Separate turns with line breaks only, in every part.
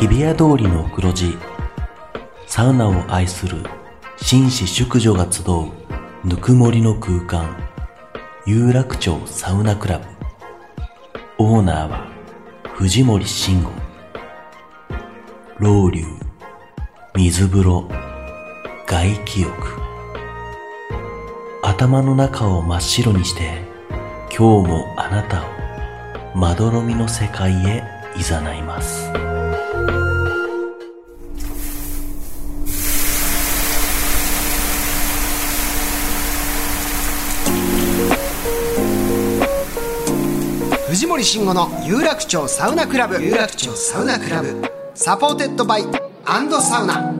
日比谷通りの黒字サウナを愛する紳士淑女が集うぬくもりの空間有楽町サウナクラブオーナーは藤森慎吾老流水風呂外気浴頭の中を真っ白にして今日もあなたをまどろみの世界へ誘います
藤森慎吾の有楽町サウナクラブ有楽町サウナクラブサポーテッドバイアンドサウナ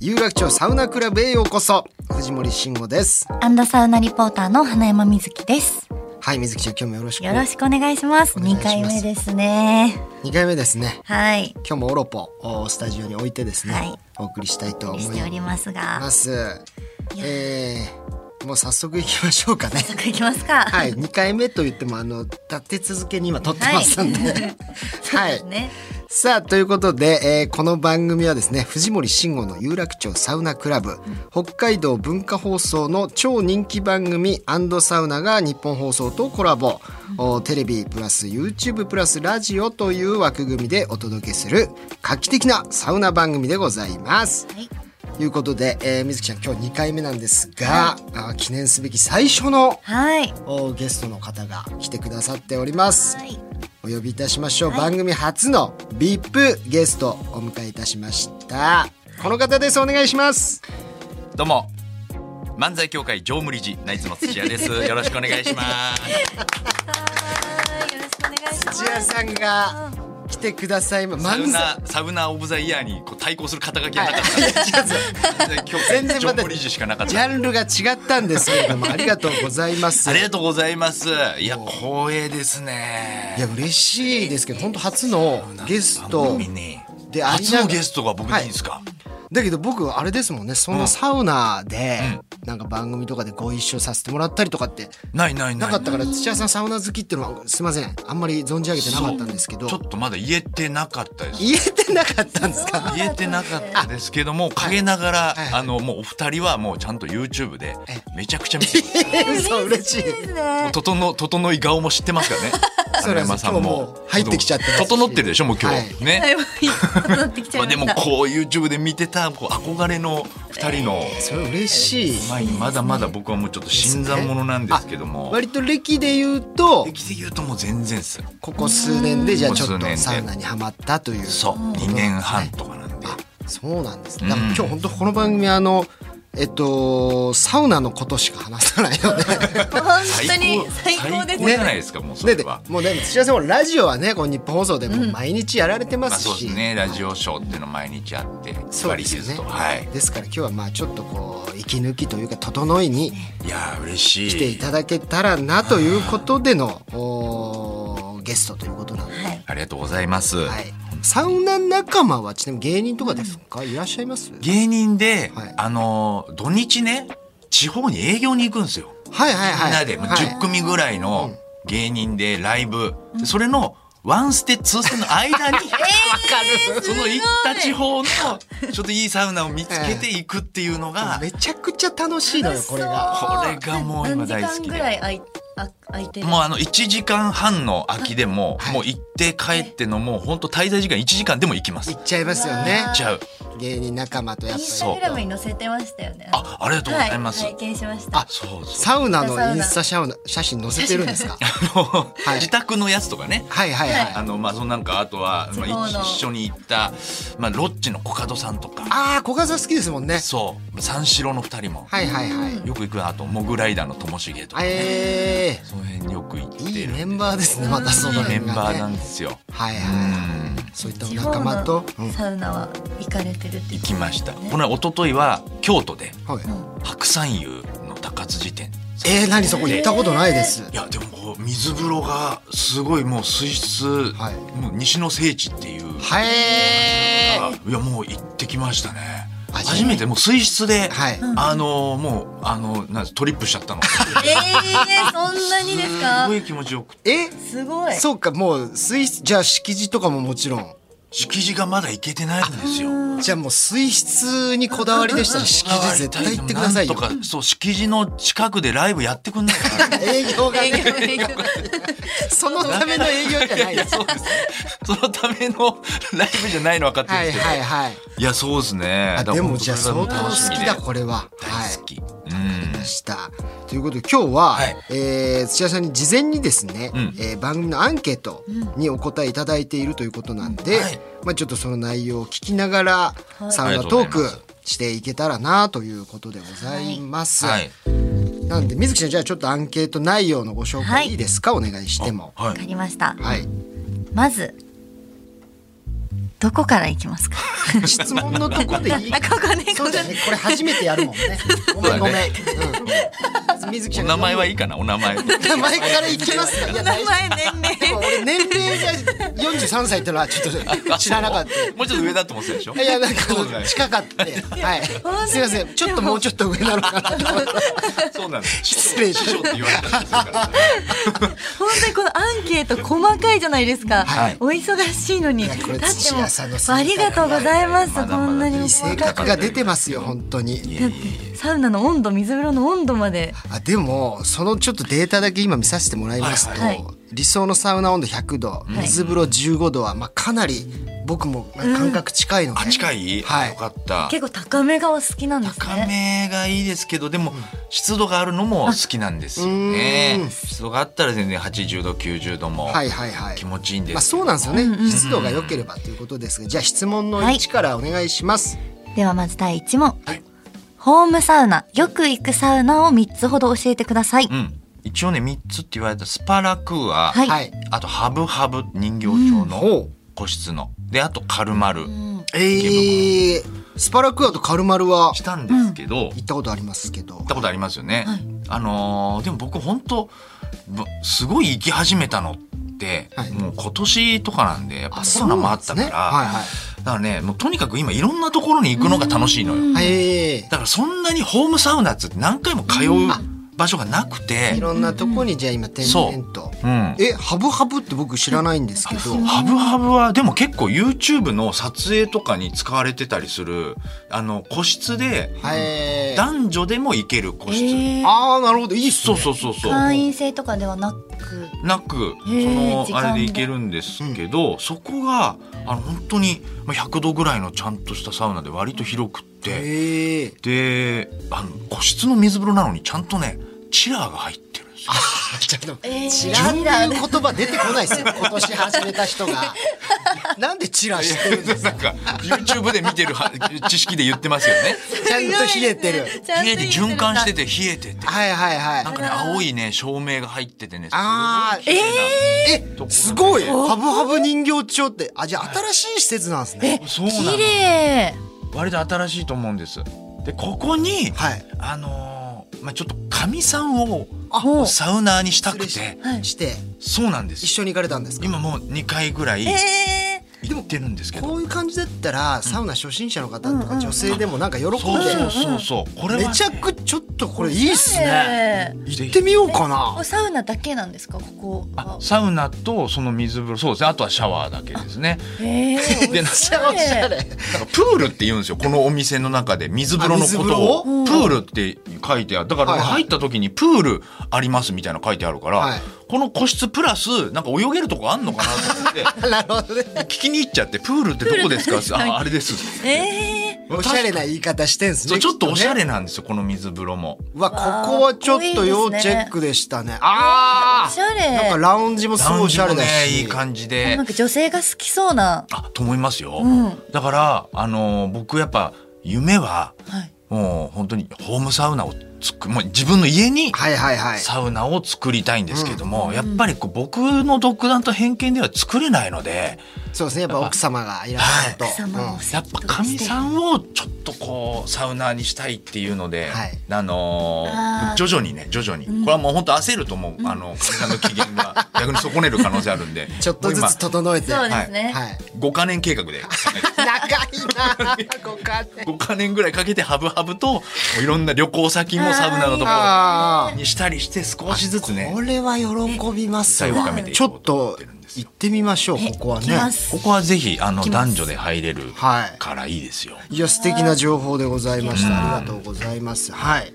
有楽町サウナクラブへようこそ藤森慎吾です
アンドサウナリポーターの花山みずきです。
はい水木ちゃん今日もよろしく
よろしくお願いします。
お願いし
二
ます
回目ですね。
2回目ですね
はい。
今日もオロポをスタジオに置いてですね、
はい
お送りしたいと
お送
思
り
い
しております
ま
が、
すえー、もう早速いきましょうかね
早速いきますか。。
はいい、2回目といってもあの立て続けに今撮ってますんで。はい、
ね。
さあということで、えーこの番組はですね藤森慎吾の有楽町サウナクラブ、北海道文化放送の超人気番組サウナが日本放送とコラボ、おテレビプラス YouTube プラスラジオという枠組みでお届けする画期的なサウナ番組でございます。
はい。
ということで、えー、水木ちゃん今日2回目なんですが、あー記念すべき最初の
はい。
おゲストの方が来てくださっております
はい。
お呼びいたしましょう、
はい
番組初の VIP ゲストをお迎えいたしましたこの方ですお願いします
どうも漫才協会常務理事ナイツの土屋 ですよろしくお願いします
はいよろしくお願いします。
土屋さんが来てくださいま
サウ
漫才
ナサウナオブザイヤーにこう対抗する肩書きがな かったんで今日
然
全然常
また
務理事しかなかっ
ジ
た
ャンルが違ったんですけれどもありがとうございます
ありがとうございますいや光栄ですね
いや嬉しいですけど本当初のゲスト
ね
であり
初
なが
の
ら
ゲストが僕でいいんですか、
だけど僕あれですもんねそんなサウナでなんか番組とかでご一緒させてもらったりとかって
ないないな
ないかったから土屋さんサウナ好きっていうのはすいませんあんまり存じ上げてなかったんですけど
ちょっとまだ言えてなかったです
言えてなかったんです か
言えてなかったですけども陰ながら、
はい
あのもうお二人はもうちゃんと YouTube で
え
めちゃくちゃ見てます
そう嬉しい
ですね。
整う整い顔も知ってますからね。
そうなんです
花山さん
今日もう入ってきちゃってますし
整ってるでしょもう今日、
はい
は
ね。
い。もういい戻ってきちゃい
ま
ま
あで
し
も
た。
こう YouTube で見てたこう憧れの二人の
それ嬉しい
前にまだまだ僕はもうちょっと新参者なんですけども。
割と歴で言うと
歴で言うともう全然っす。
ここ数年でじゃあ
ここ
ちょっと
数年で
サウナにはまったという
そう2年半とかなんで。
そうなんですね
うん
だから今日本当この番組あのえっとサウナのことしか話さないよね
本当に最高です
じゃ
ね。
ないですかもうそ
ね
れ
で
は。
もうでも土屋さんもラジオはねこう日本放送でもう毎日やられてま
まあ
す
そうで
し
すねラジオショーっていうの毎日あって
そうで
ヒル
す
ズ
ね
とはい。
ですから今日はまあちょっとこう息抜きというか整いに
いやー嬉しい。
来ていただけたらなということでのおーゲストということなんで、は
はい。
ありがとうございます。
い、サウナ仲間はちなみに芸人とかですか、いらっしゃいます
芸人で、
はい
あのー土日ね地方に営業に行くんですよ、
はいはいはい
みんなで、まあ
はい
10組ぐらいの芸人でライブ、それのワンステツーステの 間に、その行った地方のちょっといいサウナを見つけていくっていうのが、
めちゃくちゃ楽しいのよこれが
これがもう今大好き
何
で
時間ぐらい空いあ空いてる。
もうあの1時間半の空きでも、
はい
もう行って帰ってのもう本当滞在時間1時間でも行きます
行
行
っちゃいますよね
っちゃう
芸人仲間とやっ
イン
ぱ
ス
り
タグラムに載せてましたよね。
あありがとうございます、
はい、拝見しました。
あ
そうそう
サウナのインスタシャウナ写真載せてるんですかはい
自宅のやつとかね
はいはいはい、
あのまあそのなんかあとは、まあ、
地方
一
の
緒に行った、まあ、ロッチのコカドさんとか
ああ小笠好きですもんね
そう三四郎の二人も、
はいはいはい、
よく行くなあとモグライダーのともしげとか、
え
その辺によく行って
ー、
る
いいメンバーですねまたその
いいメ
辺
ン
が、ね、
バーなんですよ、
はいはいはい、そういったお
地方
仲間と
の、
うん
サウナは行かれてるっていう
行きましたこの前一昨日は京都で
はい
白山湯の高津寺店
えー、何そこ行ったことないです。
いやでもこう水風呂がすごいもう水質、
はい
もう西の聖地っていう
はえー
いやもう行ってきましたね
あ
初めてもう水質で、
はい
あのもうあのなんトリップしちゃったのす
ええー、そんなにですか
ごい気持ちよくて
え
すごい
そうかもう水質じゃあ敷地とかももちろん
敷地がまだ行けてないんですよ
じゃあもう水質にこだわりでしたら敷地絶対行ってくださいよ
なんとかそう敷地の近くでライブやってくんないか な
営業が
営業
ね
営業
そのための 営業じゃないです
そうですねそのための ライブじゃないの分かってるん
は
で
い
すけど、
はいはい
いやそうですね
あ
だから
でもじゃあ相
本当
当
そ
好
れが
き
で
だこれははい
大好き、うん
ました。ということで今日は、
はい
えー土屋さんに事前にですね、
うん
えー番組のアンケートにお答えいただいているということなんで、
はい
まあ、ちょっとその内容を聞きながら、
はい
サウナトークしていけたらなということでございます。
はい
なんで水木ちゃんじゃあちょっとアンケート内容のご紹
は
介
い
いいですか、お願いしても。
あは
わか
い
りました
はい、
まずどこから行きますか
質問のとこでいい
あここねこ
そう
こ
だよ
ね
ねこれ初めてやるもんね。ごめんごめん。うん、水木ち
お
ゃんが
名前はいいかなお 名前
名前からいけますかいや大丈夫
前年
でも俺年齢が43歳ってのはちょっと知らなかった。
もうちょっと上だと思ってたでしょ
いやなんか
そうじゃない
近かった。はい。すいません。ちょっともうちょっと上なのかなと。
そうなんです
失礼し
師匠って言われたんで すから
本当にこのアンケート細かいじゃないですか、
はい
お忙しいのに
いやこれ
だって
土屋さんの
もうありがとうございます、
まだまだ
こんなにも
いい
細
性
かく
格が出てますよ本当に。
だってサウナの温度水風呂の温度まで
あでもそのちょっとデータだけ今見させてもらいますと、
はいはい
理想のサウナ温度100度、
い
水風呂15度はまあかなり僕も感覚近いので、
あ近い、
はい
よかった
結構高めがお好きなんですね
高めがいいですけどでも湿度があるのも好きなんですよ
う
ね
ん
湿度があったら全然80度90度も
はいはいはい。
気持ちいいんですけど
まあそうなんですよね。湿度が良ければということですが、じゃあ質問の
はい
1からお願いします。
ではまず第1問、
はい
ホームサウナよく行くサウナを3つほど教えてください、
うん一応ね3つって言われたスパラクーア、
はい
はい。
あとハブハブ人形町の
ほう。
個室の、であとカルマル
ええスパラクアとカルマルは
したんですけど、
行ったことありますけど。
行ったことありますよね。
はい
あのーでも僕本当ぶすごい行き始めたのって、
はい
もう今年とかなんでやっぱコロナもあったから、
はいは
だからねもうとにかく今いろんなところに行くのが楽しいのよ。
い。ええ
だからそんなにホームサウナっつって何回も通う場所がなくて
い、ろんなとこにじゃあ今点々と。
うん。
えハブハブって僕知らないんですけど。
ハブハブはでも結構 YouTube の撮影とかに使われてたりするあの個室で
はい。
男女でも行ける個室、
えー
ああなるほどいいっす
そう
ね。
そうそうそう
会員制とかではなく
なくそ
へー
の
時間で
あれで行けるんですけど、そこがあの本当にまあ100度ぐらいのちゃんとしたサウナで割と広くって
え え
であの個室の水風呂なのにちゃんとねチラーが入ってるんですよ。
あちょっと
えー
チラっていう言葉出てこないですよ今年始めた人がなんでチラ知ってるんですか
なんか YouTube で見てるは 知識で言ってますよね。
ちゃんと冷えてる
ちゃんと
冷え
行ってみた
循環してて冷えてて
はいはいは
なん
い
かね青いね照明が入っててねすごい
あー
綺麗
え
ところ
すごいハブハブ人形町ってあじゃあ新しい施設なんですね
なそうなの
綺麗
割と新しいと思うんです。でここに、
はい
あのーまあちょっとかみさんを
ほう
サウナーにしたく
失礼
て
はい
して
そうなんです
一緒に行かれたんですか
今もう2回ぐらい
え
行ってるんですけど、
こういう感じだったらサウナ初心者の方と
うん
か
うん
女性でもなんか喜んで
そうそうそうそうこれはね、
めちゃくちょっとこれいいっす
ー、
ね
え
行ってみようか
ー、お
な
サウナだけなんですかここ
あ
は
サウナとその水風呂そうですねあとはシャワーだけですね
えー、
め
でなんか
っちゃおしゃれ
なんかプールって言うんですよこのお店の中で水風呂のこ
あ
とを
水
プ
風
ールって書いてあるだから
はいはい
入った時にプールありますみたいなの書いてあるから、
はい
この個室プラスなんか泳げるとこあんのかなと思 って。
なるほどね
聞きに行っちゃってプールってどこですかああれです
えー、
おしゃれな言い方してんす
そう
ね
ちょっとおしゃ
きね
れなんですよこの水風呂も
うわここはちょっと要チェックでしたねあ
おし
ー
ゃれ
なんかラウンジもすごいおしゃれだ
ラウンジもね
し
いい感じ
な
で
んか女性が好きそうな
あと思いますよ、
うん
だからあのー僕やっぱ夢は
はい
もう本当にホームサウナを作もう自分の家に
はいはいはい。
サウナを作りたいんですけども、やっぱりこう僕の独断と偏見では作れないので
そうですね。やっぱ奥様がいらっしゃると。
奥様を
うん
やっぱかみさんをちょっとこうサウナーにしたいっていうので、
はい
あのー
あー
徐々にね徐々に、これはもう本当焦るともう、あのかみさんの機嫌が逆に損ねる可能性あるんで
ちょっとずつ
もう
整えて。
そう
は
ですね。
い。
今5か年計画で
長いな。ご家庭。
5か年ぐらいかけてハブハブともういろんな旅行先もサウナのとこ
あ
ろにしたりして少しずつ
あ。
ね
これは喜びます
実際
わ
深めてい
ちょ
こ
っ
うと思
と
ってるんです
行ってみましょう。ここは
行き
ね。
ます。
ここはぜひあの
きます
男女で入れる
はい
からいいですよ。
いや素敵な情報でございました。ありがとうございます。はい。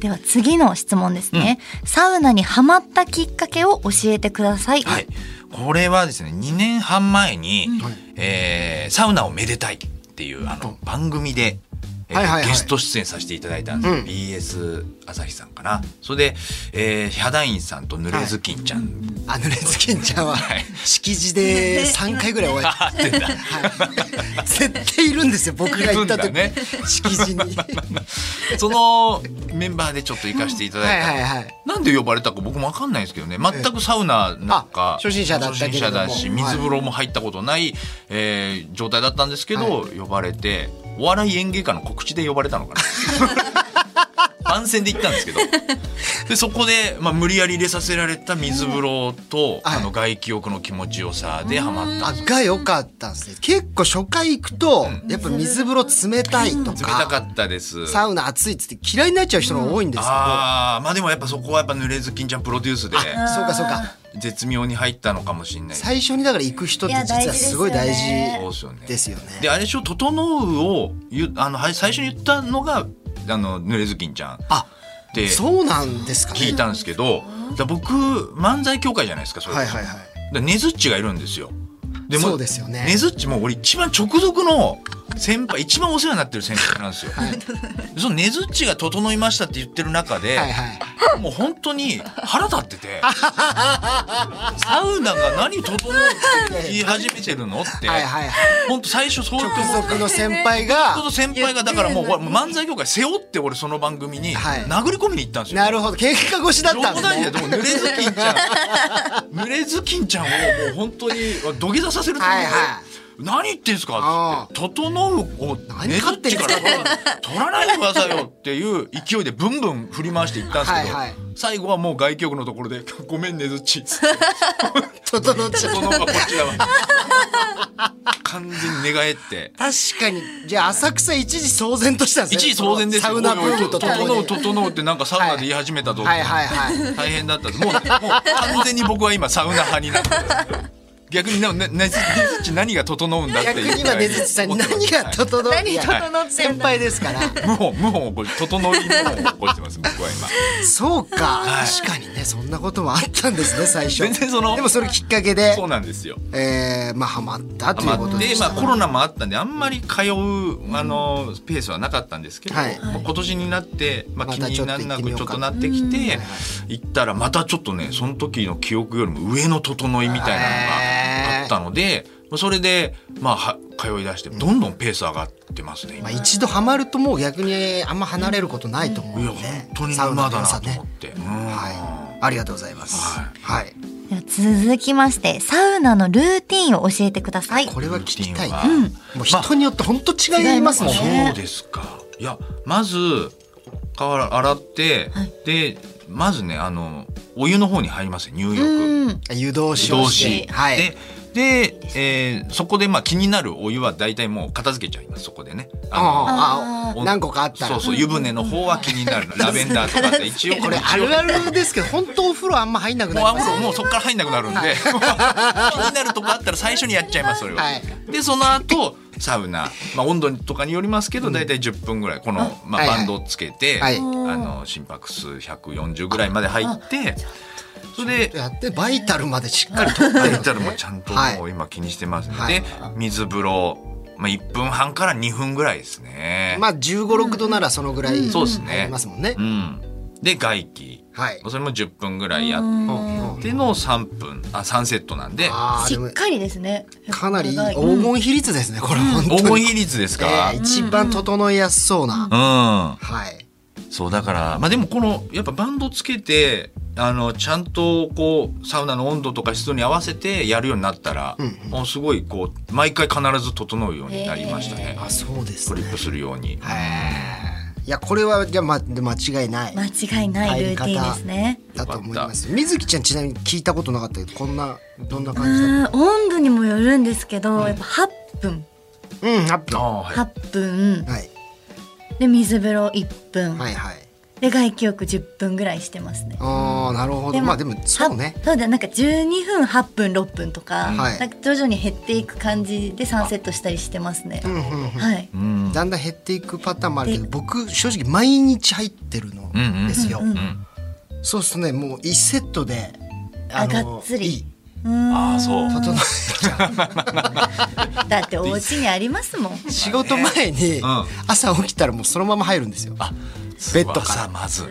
では次の質問ですね。サウナにハマったきっかけを教えてください。
はい、これはですね2年半前に、えーサウナをめでたい」っていうあの番組で、えー
はいはいはい
ゲスト出演させていただいたんです、
うん
BS 朝日さんかなそれで、えー、ヒャダインさんとぬれずきんちゃん、
あのレズキンちゃんは
はい
敷地で 三回ぐらいお会い。
あってた
はい絶対いるんですよ。僕が行った
いるん
時
だね
敷地 に。
そのメンバーでちょっと行かせていただいた、
はいはいはい。
なんで呼ばれたか僕も分かんないんですけどね全くサウナなん
あ
か
初心者だったけれども
初心者だし水風呂も入ったことない、えー状態だったんですけど、呼ばれてお笑い演芸家の告知で呼ばれたのか な番宣で行ったんですけどでそこで、まあ、無理やり入れさせられた水風呂と、
はい
あの外気浴の気持ちよさでハマった
あが良かったんですね。結構初回行くと、
う
やっぱ水風呂冷たいと
冷たか
か、
ったです
サウナ暑いっつって嫌いになっちゃう人が多いんですけど、
あーまあでもやっぱそこはやっぱ濡れずきんちゃんプロデュースで
そうかそうか。
絶妙に入ったのかもしれないです
最初にだから行く人って実
いや大事
は
ですよね
すごい大事
そうですよね
ですよね。
であれでしょ「整う」をゆあのはい最初に言ったのがあの濡れずきんちゃんっ
あ、
て
そうなんですかね。
聞いたんですけどだ僕漫才協会じゃないですかそれこ
は
そ
いはいはい。
だねずっちがいるんですよも
そうですよね
ねずっちも俺一番直属の先輩一番お世話になってる先輩なんですよ、そのねずっちが整いましたって言ってる中で、
はいはい。
もう本当に腹立っててサウナが何整うって言い始めてるのって
はいはいはい。
本当最初そうやって思
直
って
属の先輩が
ちょう、ど先輩がだからもうほらもう漫才業界背負って俺その番組に
はい
殴り込みに行ったんですよ。
なるほど、喧嘩越しだったん
冗
で
談じゃ
すね。
でも濡 れずきんちゃん濡れずきんちゃんをもう本当に土下座させるつもり
は
で
いは
何言ってんすか?」っつって「整う」を
何
ねず
勝
っ
手に
ちから取らないでくださいよっていう勢いでブンブン振り回していったんですけど、
はいはい
最後はもう外局のところで 「ごめんねずっち」
整っちゃ
整うはこっちだわ 完全に寝返って。
確かに、じゃあ浅草一時騒然としたんです
一
ね。
時騒然ですよ
サウナブームとと
整
も
う
に。
整うってなんかサウナで言い始めたぞ、
はいはいはい。
大変だったですもうもう完全に僕は今サウナ派になってます逆になねねずねずっち何が整うんだって
逆
いう
に今根津さんに何が整う
何整ってん
い
だ
や先輩ですから
無本無本をこれ整い無本を起こしてます僕は今
そうか
はい
確かにねそんなこともあったんですね 最初
全然その
でもそれきっかけで
そうなんですよ
えーまあハマったとい
ま
うこと
あ
で
で
し
まあ
た
コロナもあったんであんまり通うあのペースはなかったんですけど、
はい
まあ今年になって、まあ、
ま
気
た
にならなく
ちょ
ちょ
っ
っ
と
と
行
な
っ
ってきて行ったらまたちょっとねその時の記憶よりも上の整いみたいなのがあったのでまあそれでまあは通い出してどんどんペース上がってますね
ま
今
あ
い
一度ハマるともう逆にあんま離れることないと思う
や
の
本
で
当に
サウナの
沼だ
良
な
さ
と思っ
ね
て、うん
はいありがとうございます
は
はい
では続きまして、サウナのルーティンを教えてください。
これは聞きたい
ルーティンは
もう人によって本当違いますもんね
そうですか。いや、まず、顔洗って、で、まずね、あの、お湯の方に入りますね、入浴。
うん。
湯通しを
動
し
詞。
てはい
でで、えーそこでまあ気になるお湯は大体もう片付けちゃいますそこでね。あの
あ
あ
あ
ー
何個かあったら
そうそう湯船の方は気になるラベンダーと かって一応
これあ
一応
るあるですけど本当お風呂あんま入んなくな
もう
りま
あ
す
もうもうそこから入んなくなるんで気になるとこあったら最初にやっちゃいますそれは、
はい
でその後サウナ、まあ、温度とかによりますけど大体10分ぐらいこの、ま
はい
あ、
はい
バンドをつけて、
はい
あの心拍数140ぐらいまで入ってそれで
やってバイタルまでしっかりと
入ったらもうちゃんと
はい
もう今気にしてますね、
はい
で水風呂、まあ、1分半から2分ぐらいですね。
まあ1 5六6度ならそのぐらい
そうですね
ありますもんね
う。ん、で外気
はい
それも10分ぐらいや
う
っ
ん
ての3分あ3セットなんで
あー
し
でも
っかりですね。
かなりいい
うん
黄金比率ですね、これ本当
黄
に
金比率ですか
えー一番整いやすそうな、
うん
はい
そうだからまあでもこのやっぱバンドつけてあのちゃんとこうサウナの温度とか湿度に合わせてやるようになったら、
うんうん
もうすごいこう毎回必ず整うようになりましたね、
あそうです
トリ
ね
ップするように、
はいいやこれはじゃあ、ま、で間違いない
間違いないルーティンですね。
だと思います水木ちゃんちなみに聞いたことなかったけどこんなどんな感じだっ
うん温度にもよるんですけど、やっぱ8分、
たうん8分は
ああはい
8分、
い
で水風呂1分、
はいはい
で外気浴10分ぐらいしてますね。
ああなるほどまあでもそうね
はそうだなんか12分8分6分とか、
はい
なんか徐々に減っていく感じで3セットしたりしてますね
う。んうんうん
はい。
うん
だんだん減っていくパターンもあるけど僕正直毎日入ってるの
うん
ですよ、
うんうん
うん
そうですねもう1セットで
あ
の
がっつり
いい
ああそう
整え
だってお家にあります もん。
仕事前に
ん
朝起きたらもうそのまま入るんですよ、
あ
ベッドから
さまず
すごい。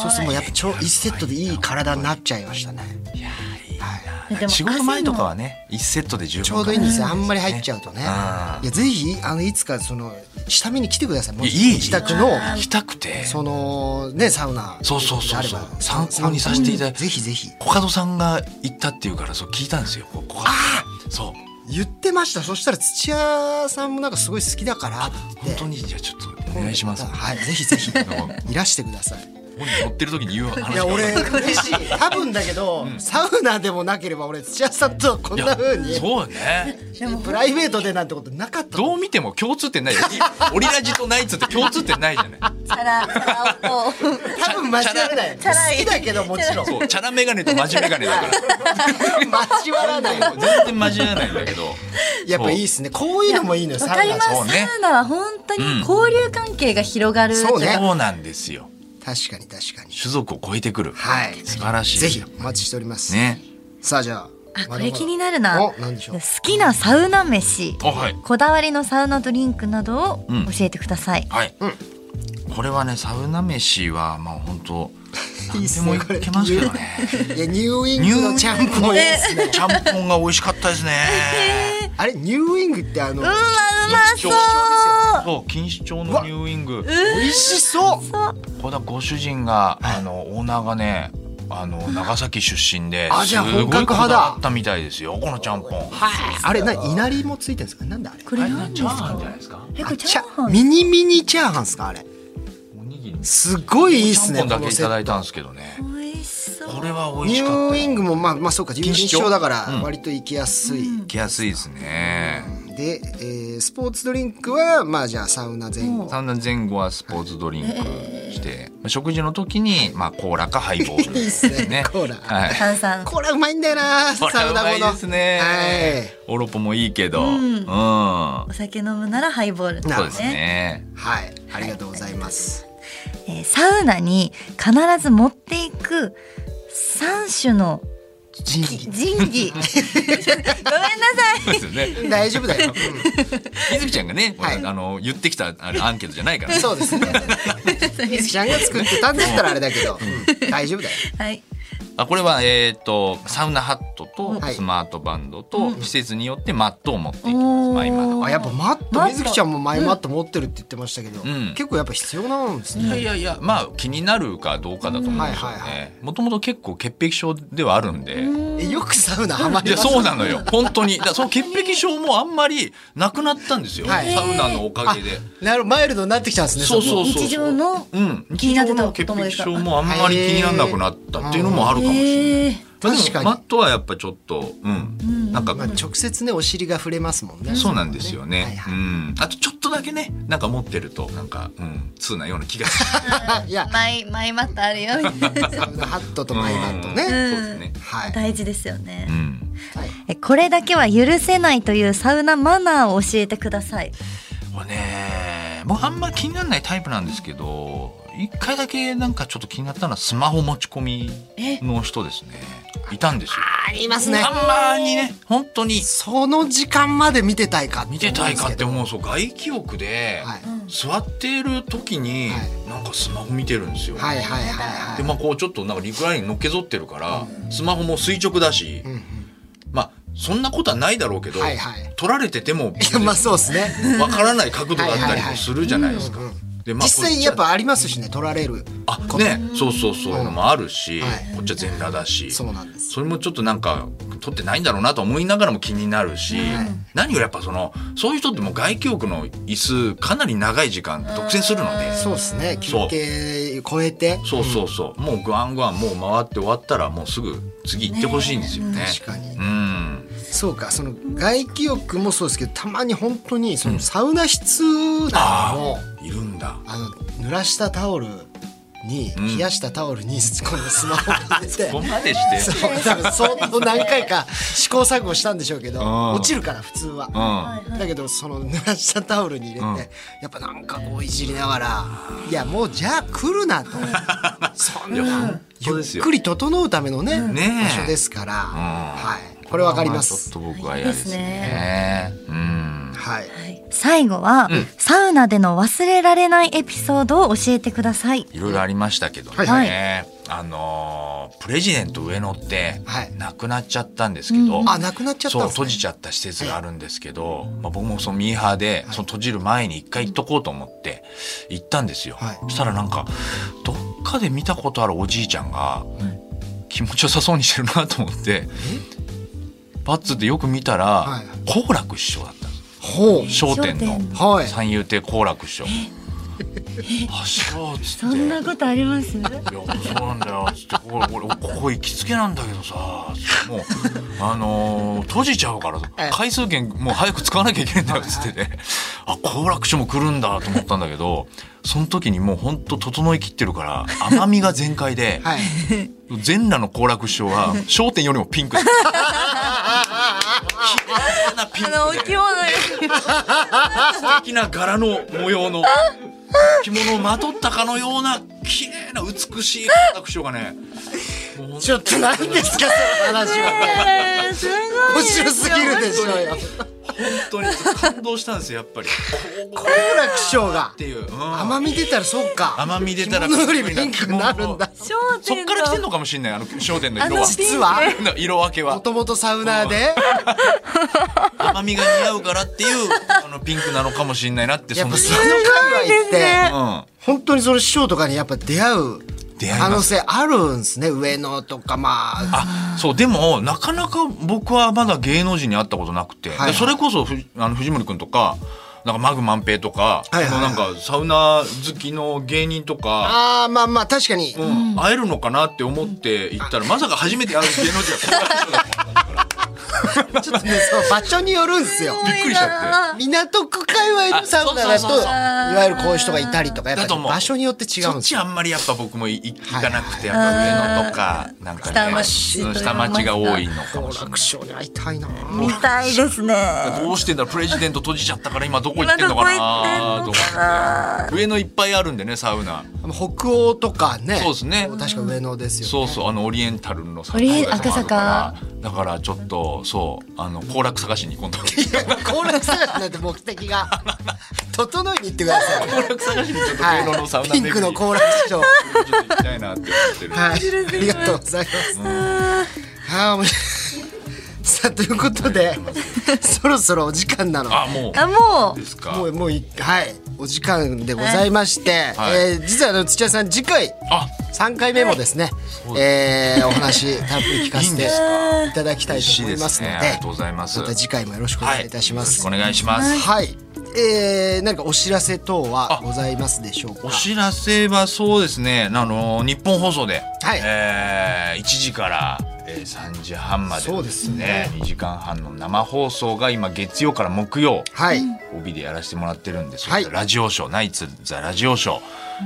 そうそうもうやっぱ超1セットでいい体になっちゃいましたね
でも
仕事前とかは
汗
ね1セットで十分
ちょうどいいんですよあんまり入っ
ゃ
ちゃうとね
あー
いやぜひあのいつかその下見に来てくださいもう
いやいい
自宅の
したくて
そのねサウナ
そうそうそう
であれ
そう
ば
参考にさせていただいて
ぜひぜひ
コカドさんが行ったっていうからそう聞いたんですよこうコカドさんそう
言ってましたそしたら土屋さんもなんかすごい好きだから
あ
って言
本
って
当にじゃあちょっとお願いします
はいぜひぜひいらしてください
本に乗ってる時に言う話
いや俺
い
嬉しい多分だけど、サウナでもなければ俺土屋さんとこんな
や
風に
そうね
でも
プライベートでなんてことなかった
どう見ても共通点ない よオリラジとナイツって共通点ないじゃない
サラサラをこう
多分間違えない
チャラい
好きだけどもちろん
そうチャラメガネと真面メガネだから
交わらない
全然交わらないんだけど
やっぱいいですねこういうのもいいのよ
わ
サ
か
ウ
り
ナ
ます。サ
そうね
ウナは本当に交流関係が広がるじゃん。
そうね
そうなんですよ
確かに確かに
種族を超えてくる
はい
素晴らしい
ぜひお待ちしております、
ね
さあじゃあ
あこれ気になるな。
お何でしょう
好きなサウナ飯、
あはい
こだわりのサウナドリンクなどを
うん
教えてください。
はい、これはねサウナ飯はまあ本当
いいっ
何ですも
ね
い
これ
けますけどね
いやニューイングのちゃんぽんいいですね
ちゃんぽんが美味しかったですね
あれニューイングってあの、
うわうまそう。
そう錦糸町のニューイング
美味しそう
これはご主人が、あのオーナーがねあの長崎出身で
あじゃあ本格派だ
すごいこだわったみたいですよこのちゃんぽん
はいあれな稲荷もついてるんですかなんだあれ
これ何です
チャーハンじ
か。
ゃないですか
えこ
あ
れ
チ
チ
ャ
ャーハン。
ミニミニチャーハンですかあれ
おにぎり
すごいいいっ
ちゃ
す
ん
ね
ぽんだけいただい
こ
たんですけどね
美味しそう。
これは美
の
味
セ
し
ットニュ
かっ
ー
た
イングもまあまあそうか錦
錦
糸
糸
町だから
うん
割と行きやすい、
行きやすいですね
で、えースポーツドリンクはまあじゃあサウナ前後
サウナ前後はスポーツドリンクして、まあ食事の時に、まあ、コーラかハイボー ル
いいっすねコーラ
はい
炭酸。
これうまいんだよな サ
これは
ウ
う
ナ
ま
後
い
の
ですね、
はい
オロポもいいけど、うんん
お酒飲むならハイボールと
な
そ
る
う
ほ
で
ど
すね
はいありがとうございます、
えーサウナに必ず持っていく3種の
人気
神 器ごめんなさ
そうですよね
大丈夫だよ、
水木ちゃんがね、
はい
あの言ってきたあれアンケートじゃないから
うんそうですねみずきちゃんが作ってたんだったらあれだけど、うん大丈夫だよ
いはい
あこれはえっ、とサウナハットと
はい
スマートバンドと施設によってマットを持っていきます、
おー
まあ今の
あやっぱマッ
マッ
ト
ト
みずきちゃんも前マット持ってるって言ってましたけど、
ん
結構やっぱ必要なんです
いや
ね、
いやいやまあ気になるかどうかだと思うんですよ
はいはいは
ねもともと結構潔癖症ではあるんで、
えよくサウナハマ
い
り
や
ました
そうなのよ本当にだからその潔癖症もあんまりなくなったんですよ、
はい
サウナのおかげで。
なるマイルドになってきたんですね
そうそうそう
日常の
うん、
気になってた
潔
こともで
癖
すか
症もあんまり気にならなくなったっていうのもある
え
かもしれない。
ー
まあでも
確かに
マットはやっぱちょっと、うん、なんか、
まあ、直接ねお尻が触れますもんね
そうなんですよね。
はいは
う
い
ん、あとちょっとだけね、なんか持ってると、なんか、うん、通なような気がする。
あ いや
マイマイマットあるよみたいな
サウナハットとマイマットね、
うんそうですね。
はい
大事ですよね
う、ん、
はい
えこれだけは許せないというサウナマナーを教えてください
これね、もうあんま気にならないタイプなんですけど、一回だけなんかちょっと気になったのはスマホ持ち込みの人ですねいたんですよ
ありますね
たまにね本当に
その時間まで見てたいかって思うん
見
です
て
けど
たいかって思うそう外気浴で
はい
座っている時に
は
なんかスマホ見てるんですよ、
はいはいはいはい
でまあこうちょっとなんかリクライニングのっけぞってるからスマホも垂直だし、
うんうん
まあそんなことはないだろうけど、
はいはい
撮られてても
いやまあそうですね
わからない角度だったりもするじゃないですか
はいはいは。
でまあ
実際やっぱありますしね取られる
あ
こと
ねそうそうそういうのもあるし、
はい
こっちは全裸だし
そうなんです
それもちょっとなんか撮ってないんだろうなと思いながらも気になるし、何よりやっぱそのそういう人ってもう外気浴の椅子かなり長い時間独占するので。
そうですね休
そう
憩超えて
そうそうそう、もうグワングワンもう回って終わったらもうすぐ次行ってほしいんですよね。
確かに
うん、
そうかその外気浴もそうですけどたまに本当にそのサウナ室な
あ
のも
あいるんだ。
あの濡らしたタオルに
ん
冷やしたタオル にこのスマホを入れて
ここまでして、
そう多分相当何回か試行錯誤したんでしょうけど
ん
落ちるから普通は
う。ん、
だけどその濡らしたタオルに入れて、
うん
やっぱなんかこういじりながらいやもうじゃあ来る なとそん
いや
な
本当
ゆ
で
っ
すよ
くり整うためのね
ねえ
場所ですから、はい、これわかりま
ちょっ
す。
と僕は嫌ですね。うん。
はい、
最後は、サウナでの忘れられないエピソードを教えてください。
いろいろありましたけどね、
はい
は
あのープレジデント上野って
はい
亡くなっちゃったんですけど、
あなくなっちゃったん
そ
で
う
す、ね、
閉じちゃった施設があるんですけど、まあ、僕もそのミーハーで、その閉じる前に一回行っとこうと思って行ったんですよ、
はい
そしたらなんかどっかで見たことあるおじいちゃんが気持ちよさそうにしてるなと思ってパッツってよく見たら
はい
好、楽師匠だったんです
ほ
商店
商
の
店
うはい
三遊亭好楽師匠。 あ、そうっつって。いや、
ことあります
そうなんだよ。つって、ここ、俺、ここ行きつけなんだけどさ。つってもう、あのー閉じちゃうから、回数券、もう早く使わなきゃいけないんだよ。つってて。あ、好楽師匠も来るんだと思ったんだけど。その時にもう、本当整いきってるから、甘みが全開で。
はい
全裸の好楽師匠は、焦点よりもピンク。綺麗な ピンクで。
物
素敵な柄の模様の着物をまとったかのような綺麗な美しい私匠がねもう
ちょっと何ですかその話 は
す
面白すぎるでしょうよ
本当に感動したんですよやっぱりこう
好楽師匠
っ
が
ていう、うん
甘み出たらそっか
甘み出たら
着物よりピンクになるんだ
そっから来てんのかもしれないあの焦点の色
あの
は
実は
色分け
も
は
ともとサウナーで
甘みが似合うからっていうあのピンクなのかもしれないなって
や
そ
っ
の
ぱその界隈って、
うん
本当にその師匠とかにやっぱ出会う
出会います
可能性あるんですね上野とかまあ
あそうでもなかなか僕はまだ芸能人に会ったことなくて、
いはい
でそれこそふあの藤森君とかなんかマグマンペイとか、
はいはいはい
そのなんかサウナ好きの芸人とか、
ああまあまあ確かに、
うん会えるのかなって思って行ったら、まさか初めて会う芸能人がこんな人だった
ちょっとねその場所によるんですよ
びっくりしちゃっ
港区界隈のサウナだ
あそうそ
と
うそうそ
い
う
わゆるこういう人がいたりとかやっ
だと
ぱり
思う
場所によって違
て
うん
そっ
です
ち
よ
あんまりやっぱ僕もい行かなくてやっぱ上野とかなんかね
下町
うん下町が多いのかも
好
しれな
楽師匠に会いたいな
見たいですね。
いどうしてんだろうプレジデント閉じちゃったから今どこ行ってんのかなとか上野いっぱいあるんでねサウナ
北欧とかね
そうですね
確か上野ですよね
そうそうあのオリエンタルの
オリエン
サウナとかがあるからだからちょっとそうあの行楽探しに今 度行
高齢者だなんて目的 が整いに行ってください
楽探しにちょっと
は
芸能のサウ
い
ナ巡
ピ
り
ンクの好楽師匠
ちょっと行きたいなって思ってる、
はい、ありがとうございます。ああ、面白い。さあ、ということで、そろそろお時間なの。
あも
あも
う
う
ですか
もう、もうい、はい、お時間でございまして、
はい
えー実はあの土屋さん、次回。
あ
3回目もですね、えーお話たっぷり聞かせていただきたいと思いますので
嬉しいですねありがとうございます
た次回もよろしくお願いいたします
は
はい
よろしくお願いします、
い、えー、何かお知らせ等は
あ
ございますでしょうか
お知らせはそうですねあの日本放送で、
はい
えー1時から、えー3時半まで
そう
の
で
ですすね2時間半の生放送が今月曜から木曜
はい、
帯でやらせてもらってるんです、
はい
ラジオショーナイツ・ザ・ラジオショー、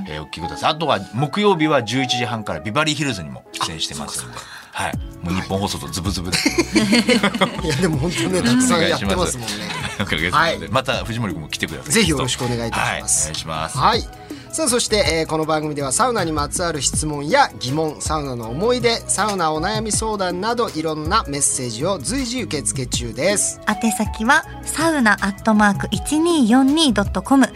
えーお聞きくださいあとは木曜日は11時半からビバリーヒルズにも出演してますのではい、もう日本放送とズ ブズブで
いやでも本当ねたくさんやってますもんね。
おかげさまで、また藤森君も来てください
ぜひよろしくお願いいたします
はい、お願いします
はい。さあそして、えーこの番組ではサウナにまつわる質問や疑問サウナの思い出サウナお悩み相談などいろんなメッセージを随時受け付け中です。
宛先はサウナアットマーク 1242.com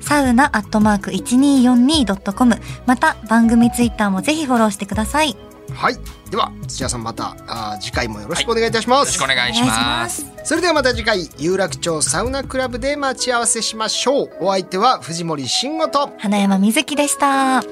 サウナアットマーク 1242.com また番組ツイッターもぜひフォローしてください
はいでは土屋さんまたあー次回もよろしくお願いいたしま
よろし
す。
くお願いします
す
それではまた次回有楽町サウナクラブで待ち合わせしましょう。お相手は藤森慎吾と
花山瑞希でした